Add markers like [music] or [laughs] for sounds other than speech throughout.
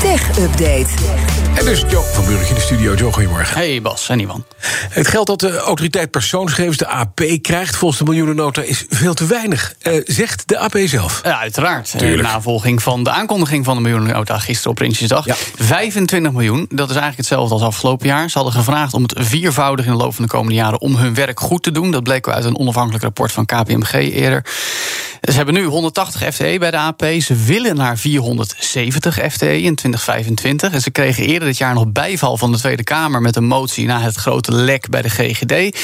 Tech Update. En dus Jo van Burg in de studio. Jo, goedemorgen. Hey Bas en Iwan. Het geld dat de autoriteit persoonsgegevens, de AP, krijgt volgens de miljoenennota is veel te weinig, eh, zegt de AP zelf. Ja, uiteraard. Eh, Tuurlijk. Navolging van de aankondiging van de miljoenennota gisteren op Prinsjesdag. Ja. 25 miljoen, dat is eigenlijk hetzelfde als afgelopen jaar. Ze hadden gevraagd om het viervoudig in de loop van de komende jaren... om hun werk goed te doen. Dat bleek wel uit een onafhankelijk rapport van KPMG eerder. Ze hebben nu 180 FTE E bij de AP. Ze willen naar 470 FTE E in 2025. En ze kregen eerder dit jaar nog bijval van de Tweede Kamer... met een motie na het grote lek bij de GGD.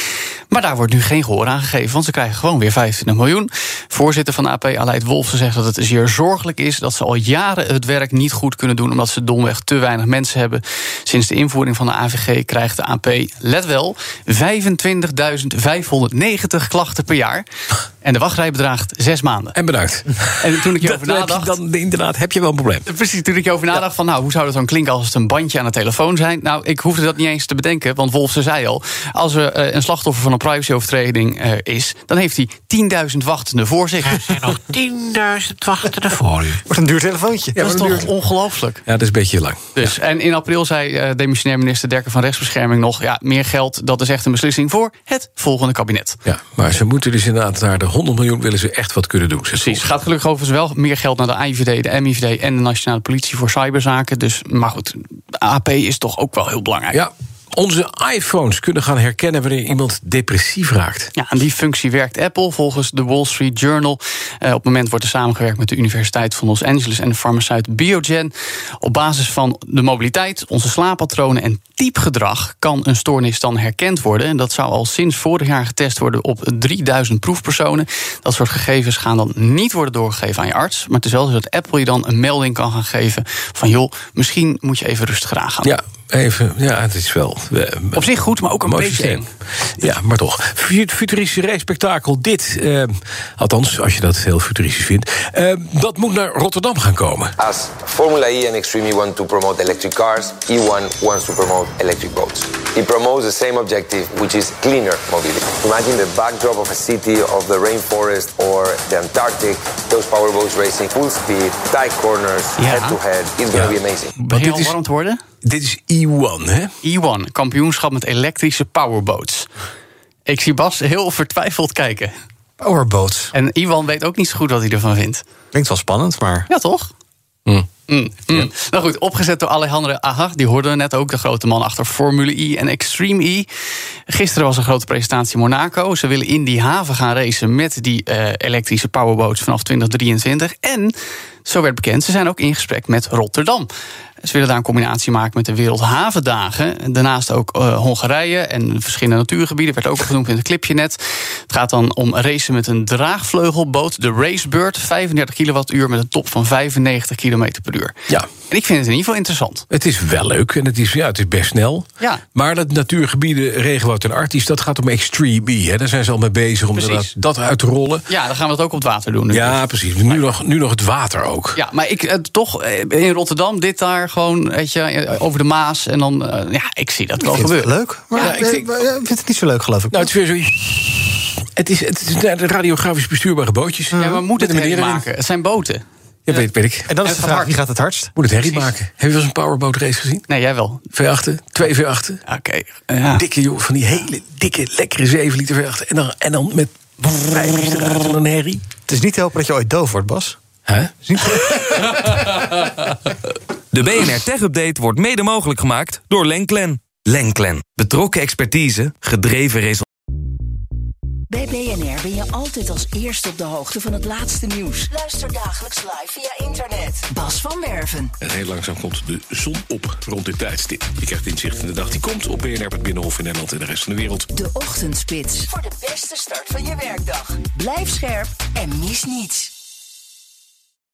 Maar daar wordt nu geen gehoor aan gegeven, want ze krijgen gewoon weer 25 miljoen. Voorzitter van de AP, Aleid Wolfsen, zegt dat het zeer zorgelijk is... dat ze al jaren het werk niet goed kunnen doen... omdat ze domweg te weinig mensen hebben. Sinds de invoering van de AVG krijgt de AP, let wel... 25.590 klachten per jaar. En de wachtrij bedraagt zes maanden. En [laughs] bedankt. En toen ik hierover dan heb je, nadacht... dan, inderdaad, heb je wel een probleem. Precies, toen ik hierover nadacht van, nou, hoe zou dat dan klinken als het een bandje aan de telefoon zijn? Nou, ik hoefde dat niet eens te bedenken, want Wolfsen zei al, als er eh, een slachtoffer van een privacyovertreding eh, is, dan heeft hij 10.000 wachtenden voor zich. Er zijn nog 10.000 wachtenden voor [laughs] u. Wordt een duur telefoontje. dat is toch ongelooflijk? Ja, dat is een beetje lang. Dus, En in april zei eh, demissionair minister Dekker van Rechtsbescherming nog... ja, meer geld, dat is echt een beslissing voor het volgende kabinet. Ja, maar ze moeten dus inderdaad naar de 100 miljoen willen ze echt wat kunnen doen. zegt Precies. Gaat gelukkig overigens wel meer geld naar de IVD, de MIVD... en de Nationale Politie voor Cyberzaken. Dus, maar goed, de AP is toch ook wel heel belangrijk. Ja, onze iPhones kunnen gaan herkennen wanneer iemand depressief raakt. Ja, aan die functie werkt Apple volgens de Wall Street Journal. Eh, op het moment wordt er samengewerkt met de Universiteit van Los Angeles en de farmaceut Biogen. Op basis van de mobiliteit, onze slaappatronen en typgedrag kan een stoornis dan herkend worden. En dat zou al sinds vorig jaar getest worden op 3000 proefpersonen. Dat soort gegevens gaan dan niet worden doorgegeven aan je arts. Maar het is wel zo dat Apple je dan een melding kan gaan geven van joh, misschien moet je even rustiger aan gaan. Ja, even. Ja, het is wel. eh, Op zich goed, maar ook een Mooi beetje systeem. eng. Ja, maar toch. Fut- Futuristische rijspektakel, dit. eh, althans, als je dat heel futuristisch vindt. eh, dat moet naar Rotterdam gaan komen. As Formula E and Extreme E want to promote electric cars, E1 wants to promote electric boats. It promotes the same objective, which is cleaner mobility. Imagine the backdrop of a city of the rainforest or the Antarctic, those powerboats racing full speed, tight corners, Yeah. head to head. It's going to be amazing. Begin je dit al is- warm te worden? Dit is E1, hè? Iwan, kampioenschap met elektrische powerboats. Ik zie Bas heel vertwijfeld kijken. Powerboats. En Iwan weet ook niet zo goed wat hij ervan vindt. Klinkt wel spannend, maar... Ja, toch? Mm, mm. Nou goed, opgezet door Alejandro Aha. Die hoorden we net ook, de grote man achter Formule E en Extreme E. Gisteren was een grote presentatie in Monaco. Ze willen in die haven gaan racen met die eh, elektrische powerboats vanaf 2023. En, zo werd bekend, ze zijn ook in gesprek met Rotterdam. Ze willen daar een combinatie maken met de Wereldhavendagen. En Daarnaast ook eh, Hongarije en verschillende natuurgebieden. Werd ook al genoemd in het clipje net. Het gaat dan om racen met een draagvleugelboot, de Racebird. 35 kilowattuur met een top van 95 kilometer per uur. Ja. En ik vind het in ieder geval interessant. Het is wel leuk en het is, ja, het is best snel. Ja. Maar dat natuurgebieden, regenwoud en Arctis, dat gaat om Extreme E. Hè? Daar zijn ze al mee bezig om Precies. dat, dat uit te rollen. Ja, dan gaan we het ook op het water doen. nu. Ja, precies. Nu nog, nu nog het water ook. Ja, maar ik, eh, toch eh, in Rotterdam, dit daar gewoon, weet je, eh, over de Maas. En dan, eh, ja, ik zie dat wel Ik vind het gebeuren. leuk, maar Ja, eh, ik denk- eh, ik vind het niet zo leuk, geloof ik. Nou, het is weer zo. Het is, het is naar de radiografisch bestuurbare bootjes. Ja, maar we moeten het Met een herrie meneer erin. maken. Het zijn boten. Ja, weet, weet ik. en dan is en de het vraag, hard. wie gaat het hardst? Moet het herrie Precies. maken. Heb je wel eens een powerboat race gezien? Nee, jij wel. V8, twee V8. Oké. ja. Dikke joh, van die hele dikke, lekkere 7 liter V8. En dan, en dan met vijf liter eruit van een herrie. Het is niet te helpen dat je ooit doof wordt, Bas. Hè? De BNR Tech Update wordt mede mogelijk gemaakt door Lenklen. Lenklen. Betrokken expertise, gedreven resultaten. Bij BNR ben je altijd als eerste op de hoogte van het laatste nieuws. Luister dagelijks live via internet. Bas van Werven. En heel langzaam komt de zon op rond dit tijdstip. Je krijgt inzicht in de dag die komt op BNR, het Binnenhof in Nederland en de rest van de wereld. De Ochtendspits. Voor de beste start van je werkdag. Blijf scherp en mis niets.